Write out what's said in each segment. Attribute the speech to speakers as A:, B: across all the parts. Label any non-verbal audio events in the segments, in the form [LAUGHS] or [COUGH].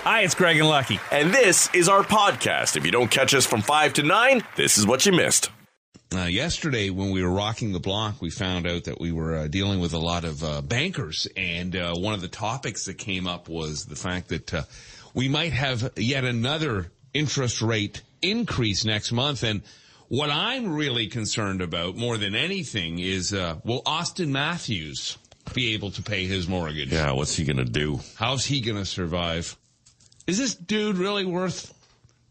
A: Hi, it's Greg and Lucky.
B: And this is our podcast. If you don't catch us from 5 to 9, this is what you missed.
C: Uh, yesterday, when we were rocking the block, we found out that we were uh, dealing with a lot of uh, bankers, and uh, one of the topics that came up was the fact that uh, we might have yet another interest rate increase next month. And what I'm really concerned about more than anything is, uh, will Austin Matthews be able to pay his mortgage?
B: Yeah, Uh, what's he going to do?
C: How's he going to survive? Is this dude really worth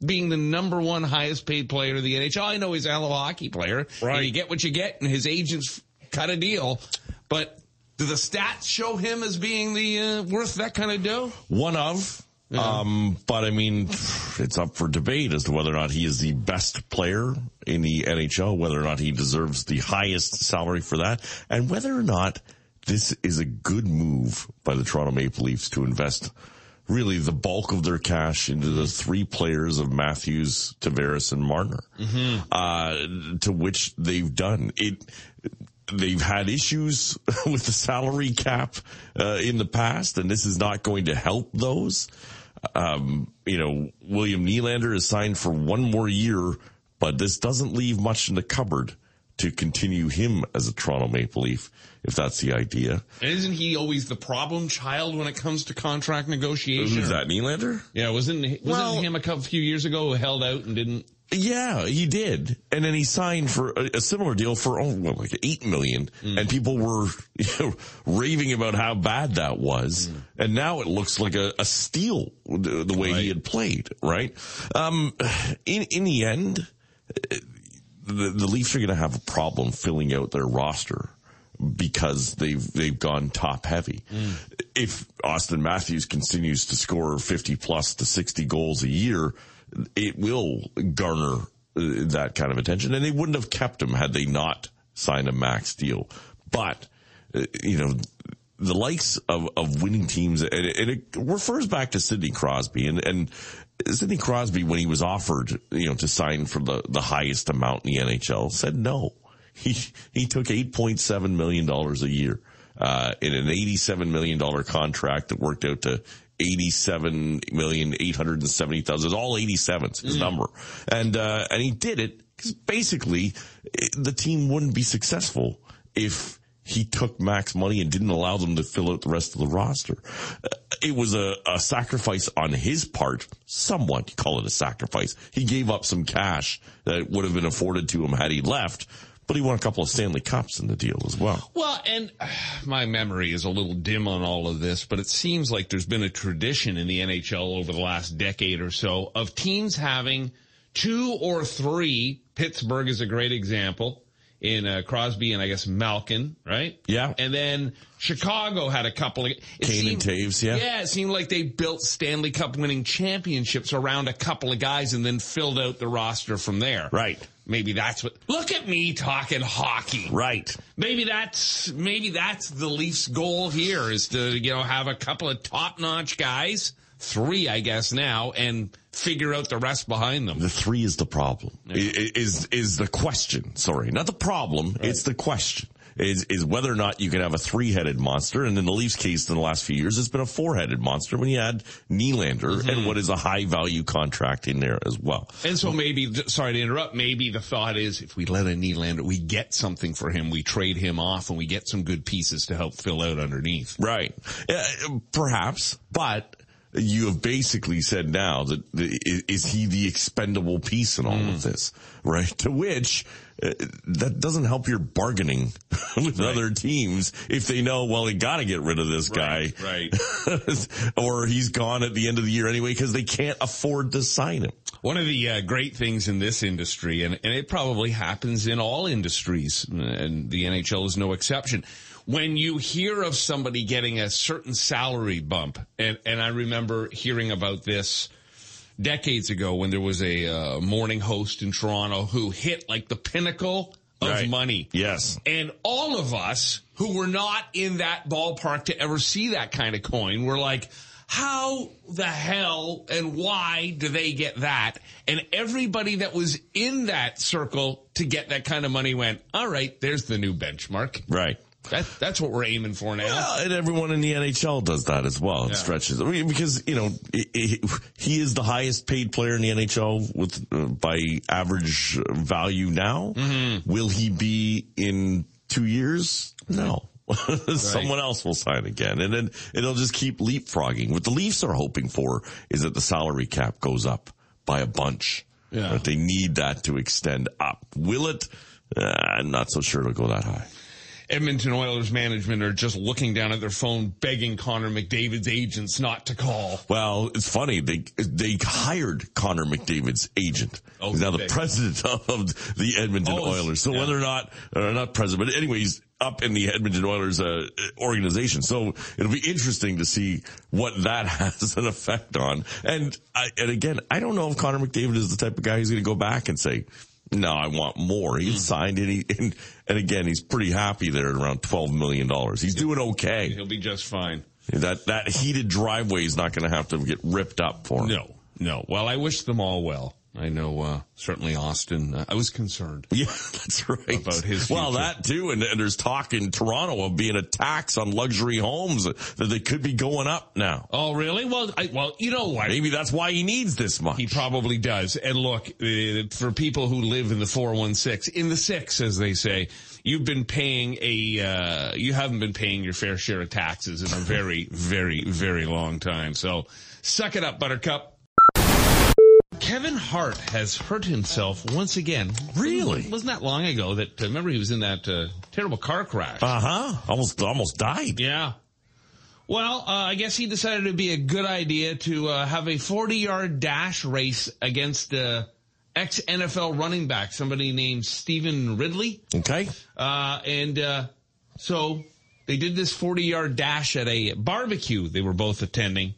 C: being the number one highest paid player in the NHL? I know he's a hell of a hockey player. Right. you get what you get, and his agents cut a deal. But do the stats show him as being the uh, worth that kind of dough?
B: One of. Um, but I mean, it's up for debate as to whether or not he is the best player in the NHL, whether or not he deserves the highest salary for that, and whether or not this is a good move by the Toronto Maple Leafs to invest really the bulk of their cash into the three players of Matthews, Tavares, and Marner, uh, to which they've done it. They've had issues [LAUGHS] with the salary cap uh, in the past, and this is not going to help those. Um, you know, William Nylander is signed for one more year, but this doesn't leave much in the cupboard to continue him as a Toronto Maple Leaf, if that's the idea.
C: And isn't he always the problem child when it comes to contract negotiation?
B: Is that Nylander?
C: Yeah, wasn't wasn't
B: Well-
C: him a couple few years ago who held out and didn't?
B: Yeah, he did, and then he signed for a, a similar deal for oh, well, like eight million, and people were [LAUGHS] you know, raving about how bad that was, and now it looks like a, a steal the, the way he had played. Right? Um, in in the end, eh, the, the Leafs are going to have a problem filling out their roster because they've they've gone top heavy. If Austin Matthews continues to score 50 plus to 60 goals a year, it will garner uh, that kind of attention and they wouldn't have kept him had they not signed a max deal. But uh, you know the likes of, of winning teams, and it, and it refers back to Sidney Crosby, and, and Sidney Crosby, when he was offered, you know, to sign for the, the highest amount in the NHL, said no. [LAUGHS] He he took eight point seven million dollars a year uh, in an eighty seven million dollar contract that worked out to eighty seven million eight hundred and seventy thousand. All eighty sevens his number, and uh, and he did it because basically it, the team wouldn't be successful if he took Max money and didn't allow them to fill out the rest of the roster. Uh, It was a, a sacrifice on his part, somewhat. You call it a sacrifice. He gave up some cash that would have been afforded to him had he left, but he won a couple of Stanley Cups in the deal as well.
C: Well, and [SIGHS] uh, my memory is a little dim on all of this, but it seems like there's been a tradition in the NHL over the last decade or so of teams having two or three. Pittsburgh is a great example in uh, Crosby and I guess Malkin, right?
B: Yeah.
C: And then Chicago had a couple of it
B: Kane and Taves, yeah.
C: Yeah, it seemed like they built Stanley Cup winning championships around a couple of guys and then filled out the roster from there.
B: Right.
C: Maybe that's what. Look at me talking hockey.
B: Right.
C: Maybe that's maybe that's the Leafs' goal here is to you know have a couple of top-notch guys, three I guess now, and figure out the rest behind them.
B: The three is the problem. I- i- Is is the question? Sorry, not the problem. It's the question. Is is whether or not you can have a three headed monster? And in the Leafs' case, in the last few years, it's been a four headed monster when you add Nylander and what is a high value contract in there as well.
C: And so maybe, sorry to interrupt, maybe the thought is if we let a Nylander, we get something for him, we trade him off, and we get some good pieces to help fill out underneath.
B: Right. Uh, perhaps, but you have basically said now that the, i- is he the expendable piece in all of
C: Hmm.
B: this, right? To which uh, that doesn't help your bargaining [LAUGHS] with other teams if they know, well, they got to get rid of this guy.
C: Right.
B: [LAUGHS] or he's gone at the end of the year anyway because they can't afford to sign him.
C: One of the uh, great things in this industry, and, and it probably happens in all industries, and the NHL is no exception. When you hear of somebody getting a certain salary bump, and, and I remember hearing about this decades ago when there was a uh, morning host in Toronto who hit like the pinnacle of
B: Right.
C: money.
B: Yes.
C: And all of us who were not in that ballpark to ever see that kind of coin were like, how the hell and why do they get that? And everybody that was in that circle to get that kind of money went, all right, there's the new benchmark.
B: Right.
C: That, that's what we're aiming for now.
B: Well, and everyone in the NHL does that as well. It
C: Yeah.
B: stretches I mean, because you know i i he is the highest paid player in the NHL with uh, by average uh, value now.
C: Mm-hmm.
B: Will he be in two years? No. [LAUGHS] Someone else will sign again, and then it'll just keep leapfrogging. What the Leafs are hoping for is that the salary cap goes up by a bunch.
C: Yeah.
B: That they need that to extend up. Will it? Uh, I'm not so sure it'll go that high.
C: Edmonton Oilers management are just looking down at their phone, begging Connor McDavid's agents not to call.
B: Well, it's funny. They they hired Connor McDavid's agent.
C: Oh,
B: He's now the
C: they-
B: president [LAUGHS] of the Edmonton
C: Oh, it's-
B: Oilers. So
C: yeah.
B: whether or not, or not president, but anyways, up in the Edmonton Oilers uh, organization. So it'll be interesting to see what that [LAUGHS] has an effect on. And I, and again, I don't know if Connor McDavid is the type of guy who's going to go back and say, no, I want more.
C: Hmm.
B: He signed and he, and, and again, he's pretty happy there at around $12 million. He's doing okay.
C: He'll be just fine.
B: That that heated driveway is not going to have to get ripped up for him.
C: No, no. Well, I wish them all well. I know, uh, certainly Austin, uh, I was concerned.
B: [LAUGHS] Yeah, that's right.
C: About his
B: well,
C: future.
B: that too, and, and there's talk in Toronto of being a tax on luxury homes that they could be going up now.
C: Oh, really? Well, I, well, you know what?
B: Maybe that's why he needs this much.
C: He probably does. And look, uh, for people who live in the 416, in the six, as they say, you've been paying a, uh, you haven't been paying your fair share of taxes [LAUGHS] in a very, very, very long time. So suck it up, buttercup. Kevin Hart has hurt himself once again.
B: Really?
C: Wasn't that long ago that, uh, remember he was in that uh, terrible car crash?
B: Uh huh. Almost almost died.
C: Yeah. Well, uh, I guess he decided it'd be a good idea to uh, have a 40 yard dash race against uh, ex NFL running back, somebody named Steven Ridley.
B: Okay.
C: Uh, and uh, so they did this 40 yard dash at a barbecue they were both attending.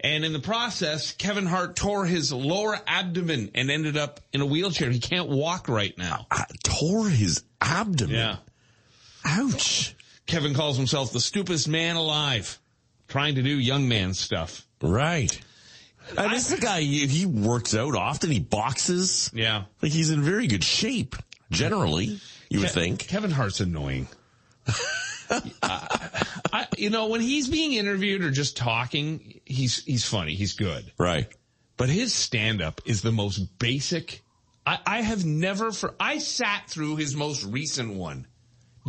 C: And in the process, Kevin Hart tore his lower abdomen and ended up in a wheelchair. He can't walk right now.
B: I Uh, tore his abdomen.
C: Yeah.
B: Ouch.
C: Kevin calls himself the stupidest man alive, trying to do young man stuff.
B: Right. And this is a guy, if he works out often, he boxes.
C: Yeah.
B: Like he's in very good shape, generally, you would think.
C: Kevin Hart's annoying. [LAUGHS] I, you know, when he's being interviewed or just talking, he's he's funny. He's good.
B: Right.
C: But his stand up is the most basic. I, I have never for I sat through his most recent one.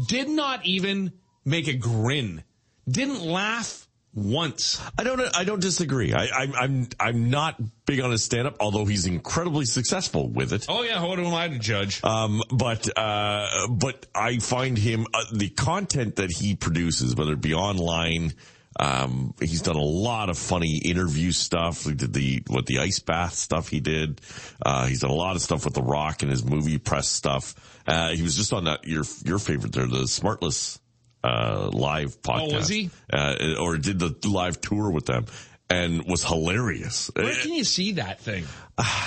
C: Did not even make a grin. Didn't laugh once.
B: I don't. I don't disagree. I, I'm. I'm. I'm not big on his stand-up, although he's incredibly successful with it.
C: Oh yeah, what am I to judge?
B: Um, but uh, but I find him uh, the content that he produces, whether it be online. Um, he's done a lot of funny interview stuff. He did the what the ice bath stuff he did. Uh, he's done a lot of stuff with The Rock and his movie press stuff. Uh, he was just on that your your favorite there, the Smartless uh, live podcast.
C: Oh, was he?
B: Uh, or did the live tour with them and was hilarious.
C: Where can you see that thing?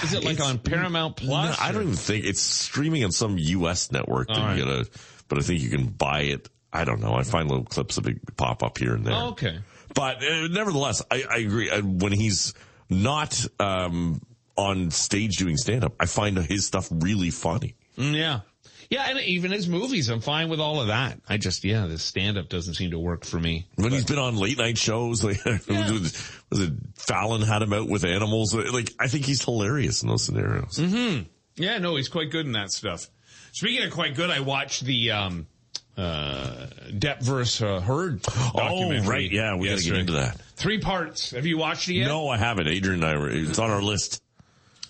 C: Is it like
B: [SIGHS] It's-
C: on Paramount Plus?
B: No, I don't even think it's streaming on some U.S. network. That you gotta, but I think you can buy it. I don't know. I find little clips of it pop up here and there.
C: Oh, okay.
B: But uh, nevertheless, I, I agree. Uh, When he's not um, on stage doing stand up, I find his stuff really funny.
C: Mm, Yeah. Yeah, and even his movies, I'm fine with all of that. I just, yeah, the stand up doesn't seem to work for me.
B: When he's been on late night shows, [LAUGHS] like was it Fallon had him out with animals? Uh, Like I think he's hilarious in those scenarios.
C: Mm-hmm. Yeah, no, he's quite good in that stuff. Speaking of quite good, I watched the, um, uh, Depp versus uh, Heard
B: Oh,
C: documentary.
B: right, yeah, we gotta get
C: yesterday.
B: into that.
C: Three parts. Have you watched it yet?
B: No, I haven't. Adrian and I were. It's on our list.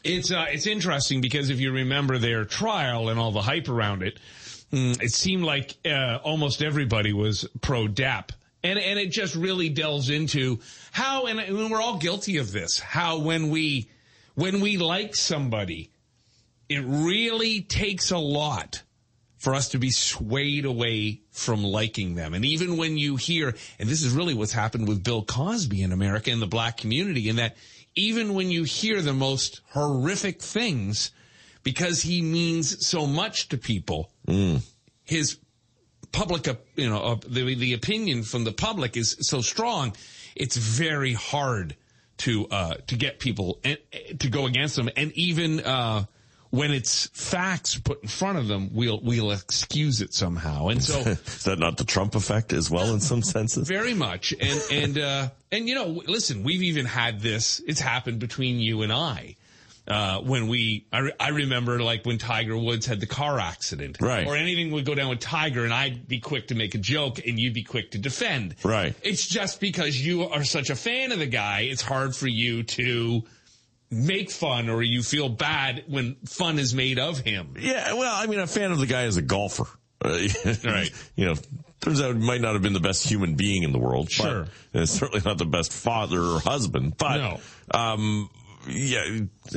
C: It's uh, it's interesting because if you remember their trial and all the hype around it, mm, it seemed like uh, almost everybody was pro DAP. And, and it just really delves into how, and, and we're all guilty of this, how when we, when we like somebody, it really takes a lot for us to be swayed away from liking them. And even when you hear, and this is really what's happened with Bill Cosby in America and the black community, in that even when you hear the most horrific things, because he means so much to people, his public, op- you know, op- the, the opinion from the public is so strong, it's very eh, hard to, uh, to get people and, to go against them. And even, uh, when it's facts put in front of them, we'll we'll excuse it somehow. And so
B: Is that not the Trump effect as well in some [LAUGHS] senses?
C: very much, and and uh, and you know, w- listen, we've even had this. It's happened between you and I. Uh, when we, I, re- I remember like when Tiger Woods had the car accident,
B: Right.
C: Or anything would go down with Tiger, and I'd be quick to make a joke, and you'd be quick to defend,
B: Right.
C: It's just because you are such a fan of the guy, it's hard for you to make fun or you feel bad when fun is made of him.
B: Yeah, well, I mean, a fan of the guy as a golfer. [LAUGHS] right. You know, turns out he might not have been the best human being in the world. [LAUGHS]
C: Sure.
B: But, and certainly not the best father or husband. But,
C: No.
B: um, yeah,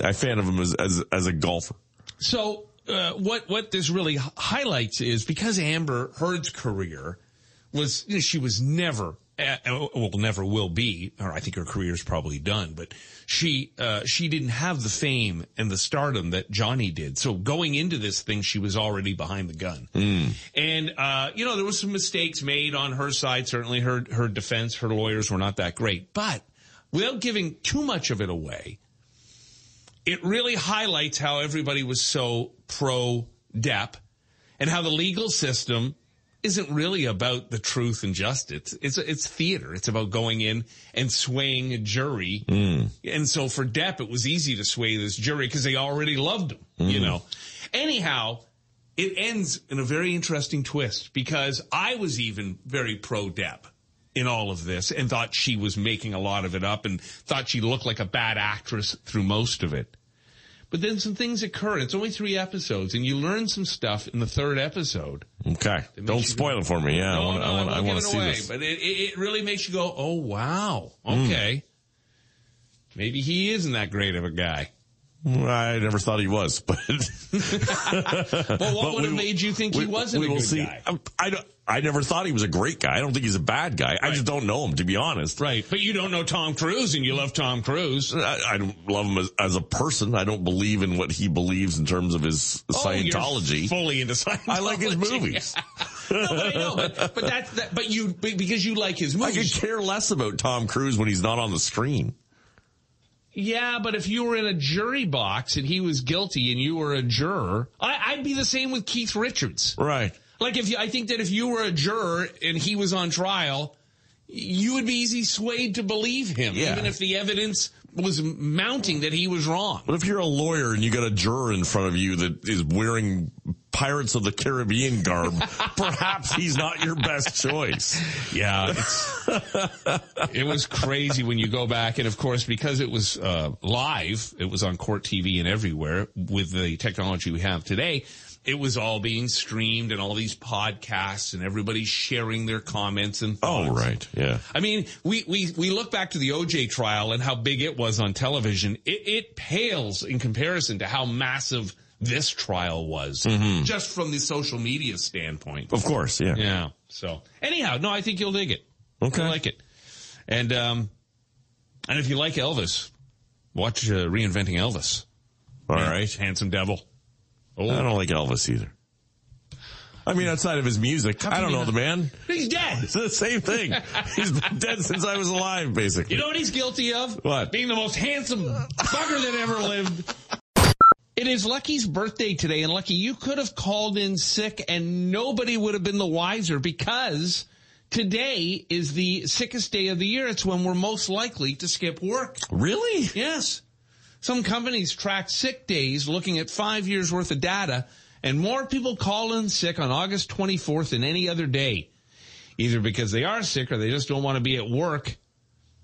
B: I fan of him as, as, as a golfer.
C: So uh, what what this really h- highlights is because Amber Heard's career was you know, she was never uh, well never will be or I think her career's probably done but she uh, she didn't have the fame and the stardom that Johnny did so going into this thing she was already behind the gun and uh, you know there was some mistakes made on her side certainly her her defense her lawyers were not that great but without giving too much of it away it really highlights how everybody was so pro Depp and how the legal system isn't really about the truth and justice. It's, it's theater. It's about going in and swaying a jury. And so for Depp, it was easy to sway this jury because they already loved him, you know. Anyhow, it ends in a very interesting twist because I was even very pro Depp in all of this and thought she was making a lot of it up and thought she looked like a bad actress through most of it. But then some things occur. It's only three episodes and you learn some stuff in the third episode.
B: Okay. Don't spoil it for me. Yeah. I want to, I want to, I
C: won't
B: want to
C: give it
B: see
C: away,
B: this.
C: But it, it, it really makes you go, oh wow, okay. Maybe he isn't that great of a [LAUGHS] guy.
B: I never thought he was, [LAUGHS] but,
C: But what
B: but
C: would
B: we
C: have
B: will-
C: made you think he wasn't
B: we
C: a
B: will
C: good
B: see.
C: guy?
B: I, I don't, I never thought he was a great guy. I don't think he's a bad guy. I just don't know him, to be honest.
C: Right, but you don't know Tom Cruise and you love Tom Cruise.
B: I, I don't love him as, as a person. I don't believe in what he believes in terms of his
C: Oh, you're
B: Scientology.
C: fully into Scientology.
B: I like his movies.
C: [LAUGHS] no, but I know, but, but that's that. But you but because you like his
B: I could
C: movies.
B: care less about Tom Cruise when he's not on the screen.
C: Yeah, but if you were in a jury box and he was guilty and you were a juror, I, I'd be the same with Keith Richards.
B: Right.
C: Like if you, I think that if you were a juror and he was on trial, you would be easy swayed to believe him,
B: Yeah.
C: even if the evidence was mounting that he was wrong.
B: But if you're a lawyer and you got a juror in front of you that is wearing Pirates of the
C: [LAUGHS]
B: Caribbean garb, perhaps he's not your best choice.
C: Yeah, it's, it was crazy when you go back, and of course, because it was uh, live, it was on court TV and everywhere. With the technology we have today, it was all being streamed and all these podcasts, and everybody sharing their comments and thoughts.
B: Oh, right. Yeah.
C: I mean, we, we, we look back to the OJ trial and how big it was on television. It, it pales in comparison to how massive this trial was,
B: Mm-hmm.
C: just from the social media standpoint.
B: Of course. Yeah.
C: Yeah. So anyhow, no, I think you'll dig it.
B: Okay.
C: You'll like it. And um, and if you like Elvis, watch uh, reinventing Elvis.
B: All right.
C: handsome devil. Oh.
B: I don't like Elvis either. I mean, outside of his music, I don't know the man.
C: He's dead.
B: It's [LAUGHS] the same thing. He's been dead since I was
C: [LAUGHS]
B: alive,
C: You
B: basically.
C: know what he's guilty of?
B: What?
C: Being the most handsome bugger that ever lived. It is Lucky's birthday today, and Lucky, you could have called in sick and nobody would have been the wiser because today is the sickest day of the year. It's when we're most likely to skip work.
B: Really?
C: Yes. Some companies track sick days looking at five years worth of data and more people call in sick on August 24th than any other day. Either because they are sick or they just don't want to be at work.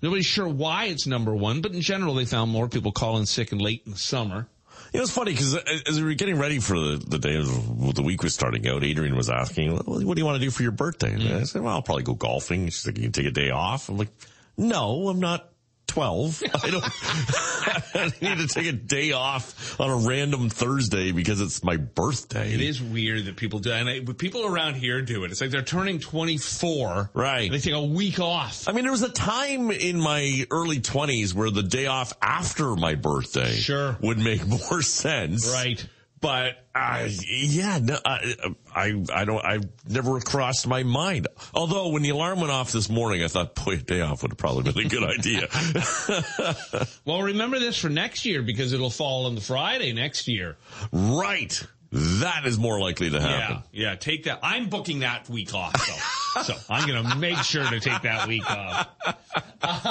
C: Nobody's sure why it's number one, but in general they found more people call in sick and late in the summer.
B: You know, it's funny because as we were getting ready for the, the day of the week was starting out, Adrian was asking, well, what do you want to do for your birthday? And
C: Mm.
B: I said, well, I'll probably go golfing. She's like, you can take a day off. I'm like, no, I'm not 12. [LAUGHS] I don't, I need to take a day off on a random Thursday because it's my birthday.
C: It is weird that people do, and I, but people around here do it. It's like they're turning 24.
B: Right.
C: They take a week off.
B: I mean, there was a time in my early twenties where the day off after my birthday
C: Sure.
B: would make [LAUGHS] more sense.
C: Right.
B: But uh, yeah, no, I, I, I don't, I never crossed my mind. Although when the alarm went off this morning, I thought, boy, a day off would have probably been a good idea. [LAUGHS]
C: Well, remember this for next year because it'll fall on the Friday next year.
B: right. That is more likely to happen.
C: Yeah, yeah. Take that. I'm booking that week off, so, so I'm gonna make sure to take that week off.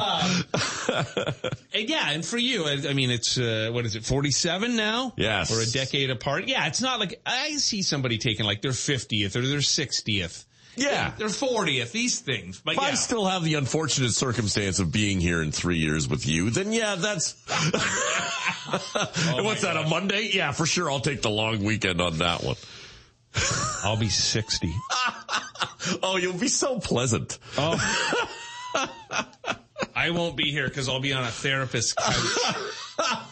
C: Uh, and yeah, and for you, I, I mean, it's uh, what is it, 47 now?
B: Yes.
C: or a decade apart. Yeah, it's not like I see somebody taking like their 50th or their 60th.
B: Yeah.
C: their 40th. These things, but
B: If I
C: yeah.
B: still have the unfortunate circumstance of being here in three years with you, then yeah, that's. [LAUGHS]
C: Oh,
B: And what's that, a Monday? Yeah, for sure. I'll take the long weekend on that one.
C: I'll be 60.
B: Oh, you'll be so pleasant.
C: Oh. I won't be here because I'll be on a therapist couch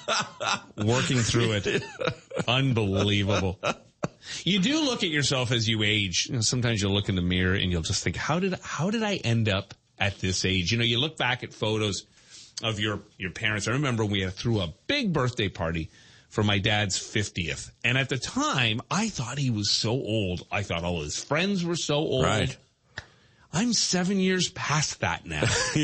C: working through it. Unbelievable. You do look at yourself as you age. You know, sometimes you'll look in the mirror and you'll just think, how did, how did I end up at this age? You know, you look back at photos of your, your parents. I remember we threw a big birthday party for my dad's 50th. And at the time, I thought he was so old. I thought all his friends were so old.
B: Right.
C: I'm seven years past that now.
B: [LAUGHS]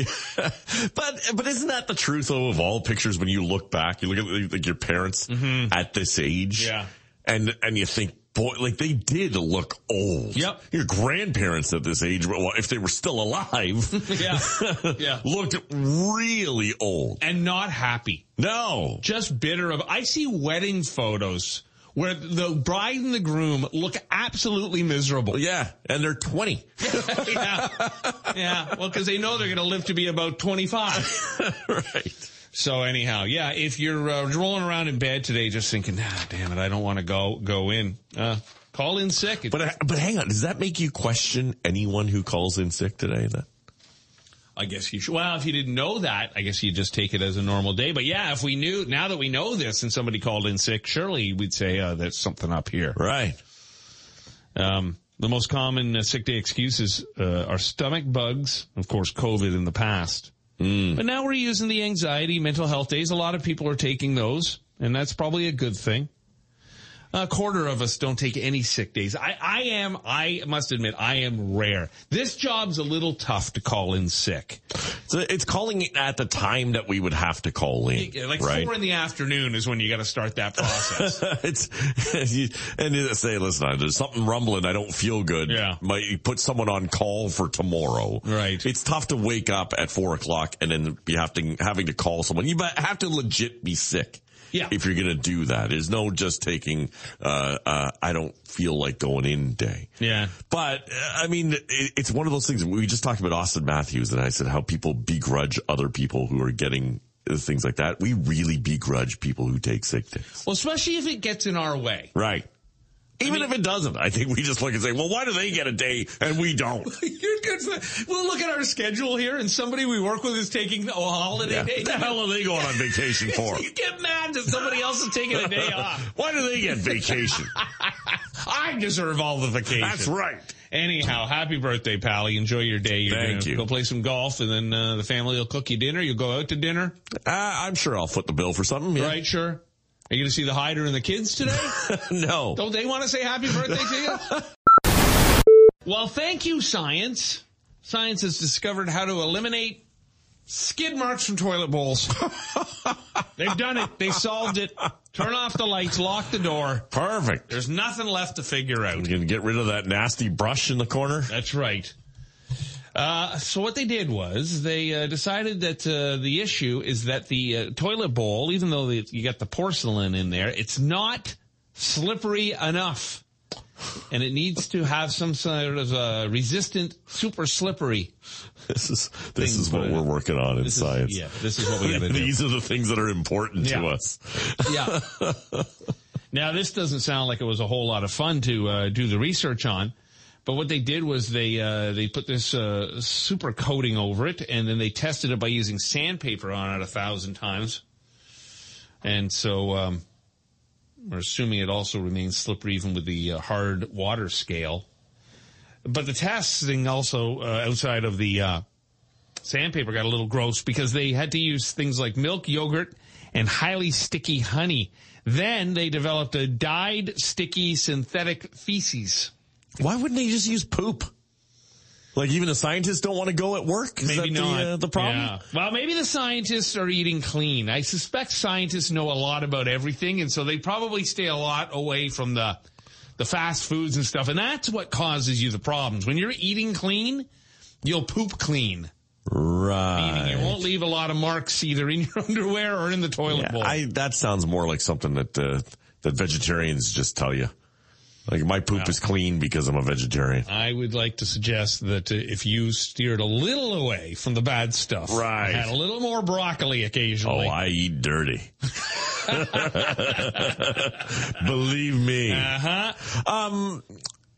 B: But but isn't that the truth though of all pictures? When you look back, you look at like your parents at this age,
C: Mm-hmm. Yeah.
B: and and you think, boy, like they did look old.
C: Yep.
B: Your grandparents at this age, well, if they were
C: [LAUGHS]
B: still alive,
C: [LAUGHS] yeah. Yeah.
B: looked really old.
C: and not happy.
B: No,
C: Just bitter of I see wedding photos where the bride and the groom look absolutely miserable.
B: yeah, and they're twenty.
C: [LAUGHS]
B: [LAUGHS]
C: yeah. Yeah. Well, cuz they know they're going to live to be about 25.
B: right.
C: So anyhow, yeah, if you're uh, rolling around in bed today just thinking, ah, damn it, I don't want to go go in. Uh call in sick. It-
B: But uh, but hang on, does that make you question anyone who calls in sick today? Then
C: I guess you should. Well, if you didn't know that, I guess you just take it as a normal day. But yeah, if we knew, now that we know this and somebody called in sick, surely we'd say, uh, there's something up here.
B: right.
C: Um, the most common uh, sick day excuses uh, are stomach bugs, of course, COVID in the past. But now we're using the anxiety, mental health days. A lot of people are taking those, and that's probably a good thing. A quarter of us don't take any sick days. I, I am, I must admit, I am rare. This job's a little tough to call in sick.
B: So it's calling it at the time that we would have to call in,
C: Like
B: right?
C: four in the afternoon is when you got to start that process.
B: [LAUGHS] it's you, and you say, listen, I- there's something rumbling. I don't feel good.
C: Yeah.
B: might you put someone on call for tomorrow.
C: Right.
B: It's tough to wake up at four o'clock and then be having having to call someone. You might have to legit be sick.
C: Yeah.
B: If you're gonna do that, there's no just taking. Uh, uh, I don't feel like going in day.
C: yeah.
B: But uh, I mean, it, it's one of those things. We just talked about Austin Matthews, and I said how people begrudge other people who are getting uh, things like that. We really begrudge people who take sick days.
C: Well, especially if it gets in our way.
B: Right. Even if it doesn't, I think we just look and say, well, why do they get a day and we don't?
C: [LAUGHS] You're good for We'll look at our schedule here, and somebody we work with is taking a holiday
B: Yeah.
C: day.
B: What the hell are they going on
C: [LAUGHS]
B: vacation for?
C: You get mad that somebody else is taking a day off.
B: Why do they get vacation?
C: [LAUGHS] I deserve all the vacation.
B: That's right.
C: Anyhow, happy birthday, Pally. Enjoy your day. You're
B: Thank
C: gonna
B: you.
C: Go play some golf, and then uh, the family will cook you dinner. You'll go out to dinner,
B: Uh, I'm sure I'll foot the bill for something. Yeah.
C: right? Sure. Are you going to see the hider and the kids today?
B: [LAUGHS] no.
C: Don't they want to say happy birthday to you? well, thank you, science. Science has discovered how to eliminate skid marks from toilet bowls. They've done it. They solved it. Turn off the lights, lock the door.
B: Perfect.
C: There's nothing left to figure out.
B: You can get rid of that nasty brush in the corner.
C: That's right. Uh, so what they did was they uh, decided that uh, the issue is that the uh, toilet bowl, even though the, you got the porcelain in there, it's not slippery enough, and it needs to have some sort of uh, resistant, super slippery.
B: [LAUGHS] This is, this is
C: put
B: what
C: in.
B: we're working on in
C: This is-
B: science.
C: yeah, this is what
B: [LAUGHS]
C: we gotta do.
B: These are the things that are important
C: Yeah.
B: to us. [LAUGHS]
C: Yeah. now this doesn't sound like it was a whole lot of fun to uh, do the research on, but what they did was they uh, they put this uh, super coating over it, and then they tested it by using sandpaper on it a thousand times, and so um, we're assuming it also remains slippery even with the uh, hard water scale. But the testing also uh, outside of the uh, sandpaper got a little gross because they had to use things like milk, yogurt, and highly sticky honey. Then they developed a dyed sticky synthetic feces.
B: Why wouldn't they just use poop? Like even the scientists don't want to go at work. Is
C: Maybe
B: that
C: not.
B: The, uh, the problem.
C: Yeah. Well, maybe the scientists are eating clean. I suspect scientists know a lot about everything, and so they probably stay a lot away from the the fast foods and stuff. And that's what causes you the problems. When you're eating clean, you'll poop clean.
B: Right.
C: You won't leave a lot of marks either in your [LAUGHS] underwear or in the toilet
B: Yeah,
C: bowl.
B: I that sounds more like something that uh, that vegetarians just tell you. Like my poop is clean because I'm a vegetarian.
C: I would like to suggest that uh, if you steered a little away from the bad stuff,
B: Right.
C: had a little more broccoli
B: Oh,
C: occasionally.
B: I
C: [LAUGHS]
B: eat dirty. Believe me.
C: uh-huh.
B: Um,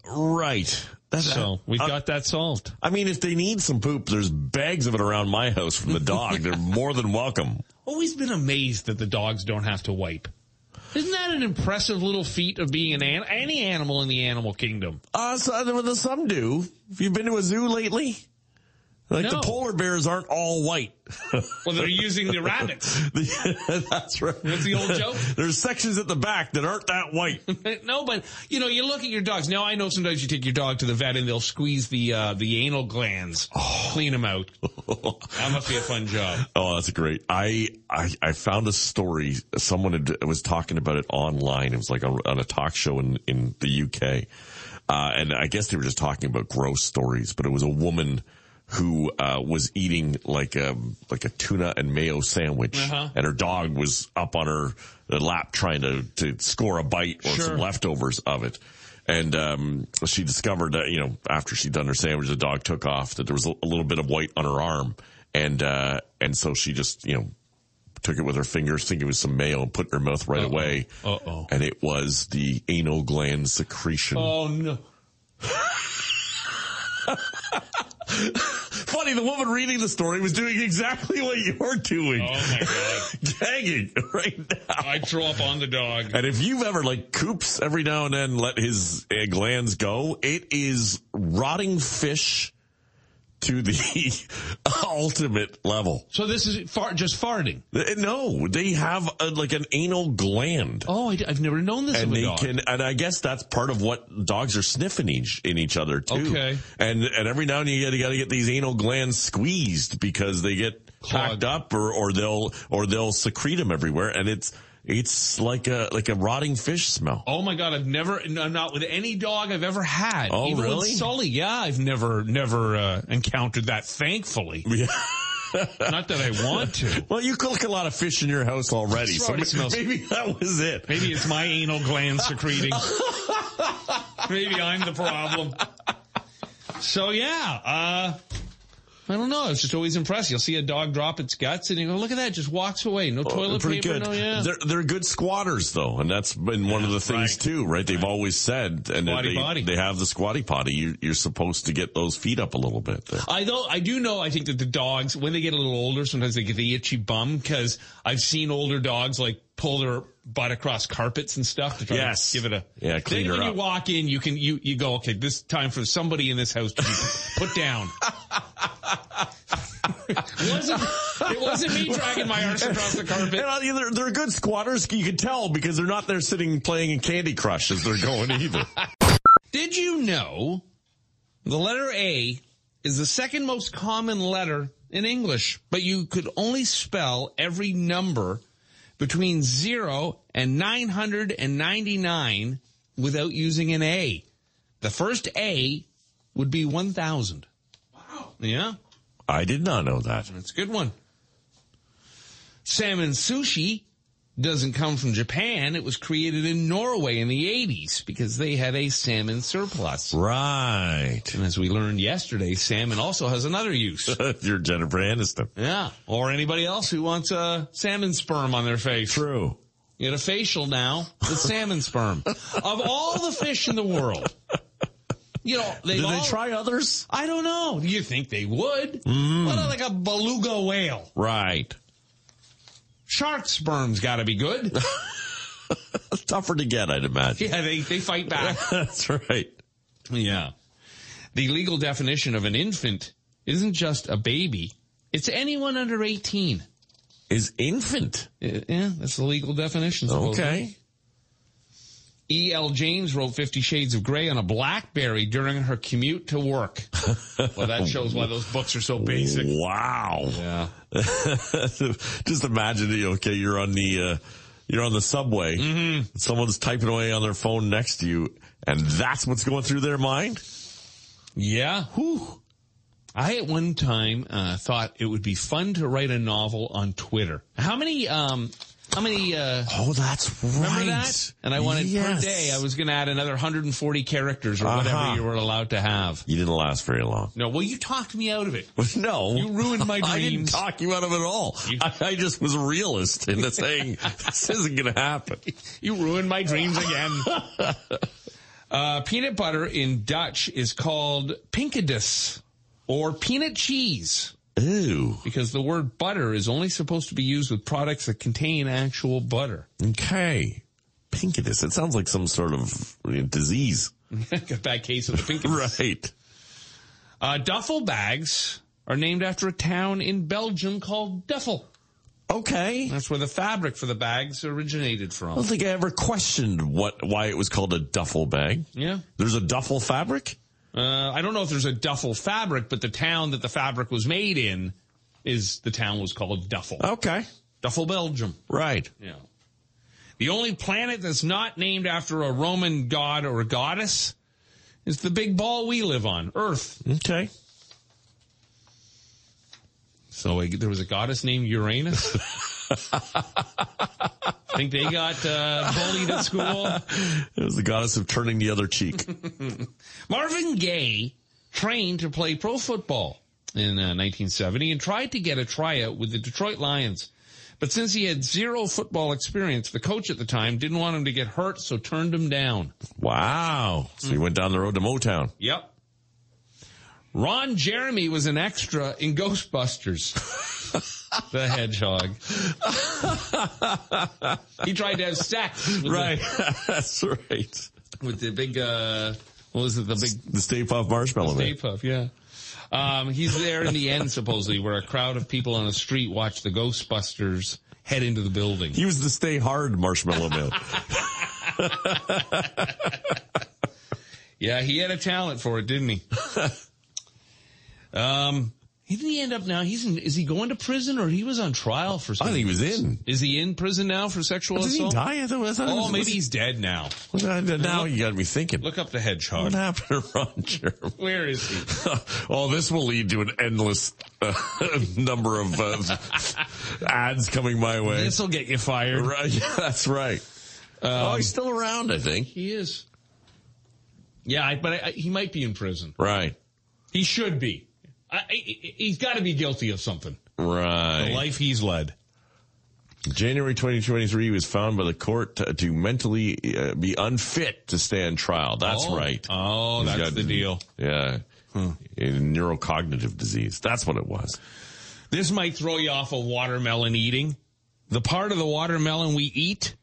B: right. That's Uh,
C: So we've got that solved.
B: I mean, if they need some poop, there's bags of it around my house
C: [LAUGHS]
B: from the dog. They're more than welcome.
C: Always been amazed that the dogs don't have to wipe. Isn't that an impressive little feat of being an, an any animal in the animal kingdom?
B: Uh, so, well, some do. Have you been to a zoo lately? Like the
C: No.
B: polar bears aren't all white. [LAUGHS]
C: Well, they're using the [LAUGHS] rabbits.
B: That's right.
C: That's the old joke.
B: [LAUGHS] There's sections at the back that aren't that white.
C: no, but you know, you look at your dogs. Now I know sometimes you take your dog to the vet and they'll squeeze the uh, the anal glands, clean them [LAUGHS] out. that must be a fun job.
B: [LAUGHS] Oh, that's great. I, I, I found a story. Someone had, was talking about it online. It was like on, on a talk show in, in the UK. Uh, and I guess they were just talking about gross stories, but it was a woman who, uh, was eating like a, like a tuna and mayo sandwich
C: Uh-huh.
B: and her dog was up on her lap trying to, to score a bite or
C: Sure.
B: some leftovers of it. And, um, she discovered that, you know, after she'd done her sandwich, the dog took off that there was a, a little bit of white on her arm. And, uh, and so she just, you know, took it with her fingers, thinking it was some mayo and put it in her mouth right away.
C: Uh-oh.
B: And it was the anal gland secretion.
C: Oh no.
B: Funny, the woman reading the story was doing exactly what you're doing.
C: Oh, my god.
B: [LAUGHS] Gagging right now.
C: I throw up on the dog.
B: And if you've ever like coops every now and then let his uh, glands go, it is rotting fish to the [LAUGHS] ultimate level.
C: So this is far, just farting.
B: Uh, No, they have a, like an anal gland.
C: Oh, I, have never known this
B: And
C: of a
B: they
C: dog.
B: can, and I guess that's part of what dogs are sniffing each in each other too.
C: Okay.
B: And and every now and then you got to get these anal glands squeezed because they get
C: Clogged.
B: packed up or or they'll or they'll secrete them everywhere, and it's it's like a like a rotting fish smell.
C: Oh my god, I've never no, not with any dog I've ever had.
B: Oh,
C: Even with
B: really?
C: Sully, yeah, I've never never uh, encountered that. Thankfully,
B: [LAUGHS] Yeah.
C: not that I want to.
B: Well, you cook a lot of fish in your house already,
C: That's
B: so
C: right, it
B: ma-
C: smells-
B: maybe that was it.
C: Maybe it's my anal gland
B: [LAUGHS]
C: secreting. Maybe I'm the problem. So yeah, uh, I don't know. I was just always impressed. You'll see a dog drop its guts, and you go, "Look at that! Just walks away. No toilet
B: Oh, pretty
C: paper.
B: good.
C: No, yeah.
B: They're they're good squatters though, and that's been one of the things
C: right.
B: too, right? They've always said, and
C: Squatty
B: they,
C: potty.
B: they have the squatty potty. You, you're supposed to get those feet up a little bit. There.
C: I though I do know I think that the dogs when they get a little older sometimes they get the itchy bum because I've seen older dogs like pull their butt across carpets and stuff to try
B: Yes.
C: to give it a
B: Yeah, clean
C: Then
B: her
C: when
B: up.
C: you walk in you can you you go okay this time for somebody in this house to be put
B: [LAUGHS]
C: down. it, wasn't, it wasn't me dragging my arse across the carpet.
B: And uh, yeah, they're, they're good squatters. You can tell because they're not there sitting playing in Candy Crush as they're going either.
C: Did you know the letter A is the second most common letter in English, but you could only spell every number between zero and 999 without using an A. The first A would be 1000. Wow. Yeah.
B: I did not know that.
C: That's a good one. Salmon sushi doesn't come from Japan. It was created in Norway in the 80s because they had a salmon surplus.
B: Right. [LAUGHS]
C: And as we learned yesterday, salmon also has another use.
B: you're Jennifer Aniston.
C: yeah. Or anybody else who wants uh, salmon sperm on their face.
B: True.
C: You get a facial now with salmon
B: [LAUGHS]
C: sperm. Of all the fish in the world, you know, they
B: Did
C: all,
B: they try others?
C: I don't know. You think they would?
B: Mm.
C: What about like a beluga whale?
B: Right.
C: Shark sperm's got to be good.
B: [LAUGHS] Tougher to get, I'd imagine.
C: Yeah, they, they fight back.
B: [LAUGHS] That's right.
C: yeah. The legal definition of an infant isn't just a baby. It's anyone under 18.
B: Is infant.
C: Uh, Yeah, that's the legal definition. supposedly.
B: Okay.
C: E.L. E James wrote Fifty Shades of Grey on a Blackberry during her commute to work. well, that
B: [LAUGHS]
C: shows why those books are so basic.
B: Wow. [LAUGHS]
C: Yeah.
B: Just imagine, you know, okay, you're on the, uh, you're on the subway.
C: Mm-hmm.
B: Someone's typing away on their phone next to you and that's what's going through their mind.
C: Yeah.
B: Whew.
C: I at one time uh, thought it would be fun to write a novel on Twitter. How many? Um, how many? Uh,
B: Oh, that's right.
C: remember that? And I wanted
B: Yes.
C: per day. I was going to add another 140 characters or
B: Uh-huh.
C: whatever you were allowed to have.
B: You didn't last very long. [LAUGHS]
C: No, well, you talked me out of it.
B: No.
C: You ruined my
B: [LAUGHS] I didn't
C: dreams.
B: talk you out of it all. I, [LAUGHS] I just was a realist in the saying,
C: [LAUGHS]
B: [LAUGHS] this isn't going to happen.
C: You ruined my dreams again. uh, peanut butter in Dutch is called pinkadus or peanut cheese
B: Ooh.
C: because the word butter is only supposed to be used with products that contain actual butter. [LAUGHS]
B: Okay. Pinkitus. It sounds like some sort of uh, disease.
C: Got that case of the pinkadus.
B: Right.
C: Uh, duffel bags are named after a town in Belgium called Duffel.
B: Okay. I
C: That's where the fabric for the bags originated from.
B: don't think I ever questioned what, why it was called a duffel bag.
C: Yeah.
B: There's a duffel fabric?
C: Uh, I don't know if there's a duffel fabric, but the town that the fabric was made in is the town was called Duffel.
B: Okay.
C: Duffel, Belgium.
B: Right.
C: Yeah. The only planet that's not named after a Roman god or a goddess is the big ball we live on, Earth.
B: Okay.
C: So like, there was a goddess named Uranus. I think they got uh, bullied at school.
B: It was the goddess of turning the
C: [LAUGHS]
B: other cheek.
C: Marvin Gaye trained to play pro football in uh, 1970 and tried to get a tryout with the Detroit Lions. But since he had zero football experience, the coach at the time didn't want him to get hurt, so turned him down.
B: wow. So you went down the road to Motown.
C: Yep. Ron Jeremy was an extra in Ghostbusters. the hedgehog. he tried to have sex with,
B: Right. [LAUGHS] That's right.
C: the, with the big, uh, what was it, the big
B: The Stay Puft Marshmallow Man.
C: Stay Puft, yeah. Um, he's there in the end, supposedly, where a crowd of people on the street watch the Ghostbusters head into the building.
B: He was the Stay Hard
C: [LAUGHS]
B: Marshmallow Man.
C: Yeah, he had a talent for it, didn't
B: [LAUGHS]
C: he? um, he didn't he end up now? He's in, is he going to prison or he was on trial for
B: I
C: something?
B: think he was in.
C: Is he in prison now for sexual
B: Did he
C: assault?
B: die? I thought- I thought-
C: Oh, maybe he's dead now.
B: Now you got me thinking.
C: Look up the
B: What
C: hedgehog.
B: happened to Ron Jeremy?
C: [LAUGHS] Where is he?
B: [LAUGHS] oh, this will lead to an endless uh, [LAUGHS] number of uh, [LAUGHS] ads coming my way.
C: This will get you fired.
B: Right, [LAUGHS] yeah, that's right. oh, he's still around, I think.
C: He is. Yeah, I, but I, I, he might be in prison.
B: Right,
C: He should be. I, I, I- he's got to be guilty of something.
B: right.
C: The life he's led.
B: January 2023, he was found by the court to, to mentally uh, be unfit to stand trial. That's
C: Oh.
B: right.
C: Oh,
B: He's
C: that's
B: got-
C: the deal.
B: Yeah. A neurocognitive disease. That's what it [LAUGHS] was.
C: This might throw you off of watermelon eating. The part of the watermelon we eat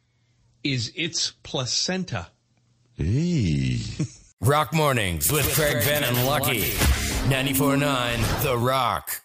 C: is its placenta.
A: Rock Mornings with Craig Venn and Lucky. 94.9 The Rock.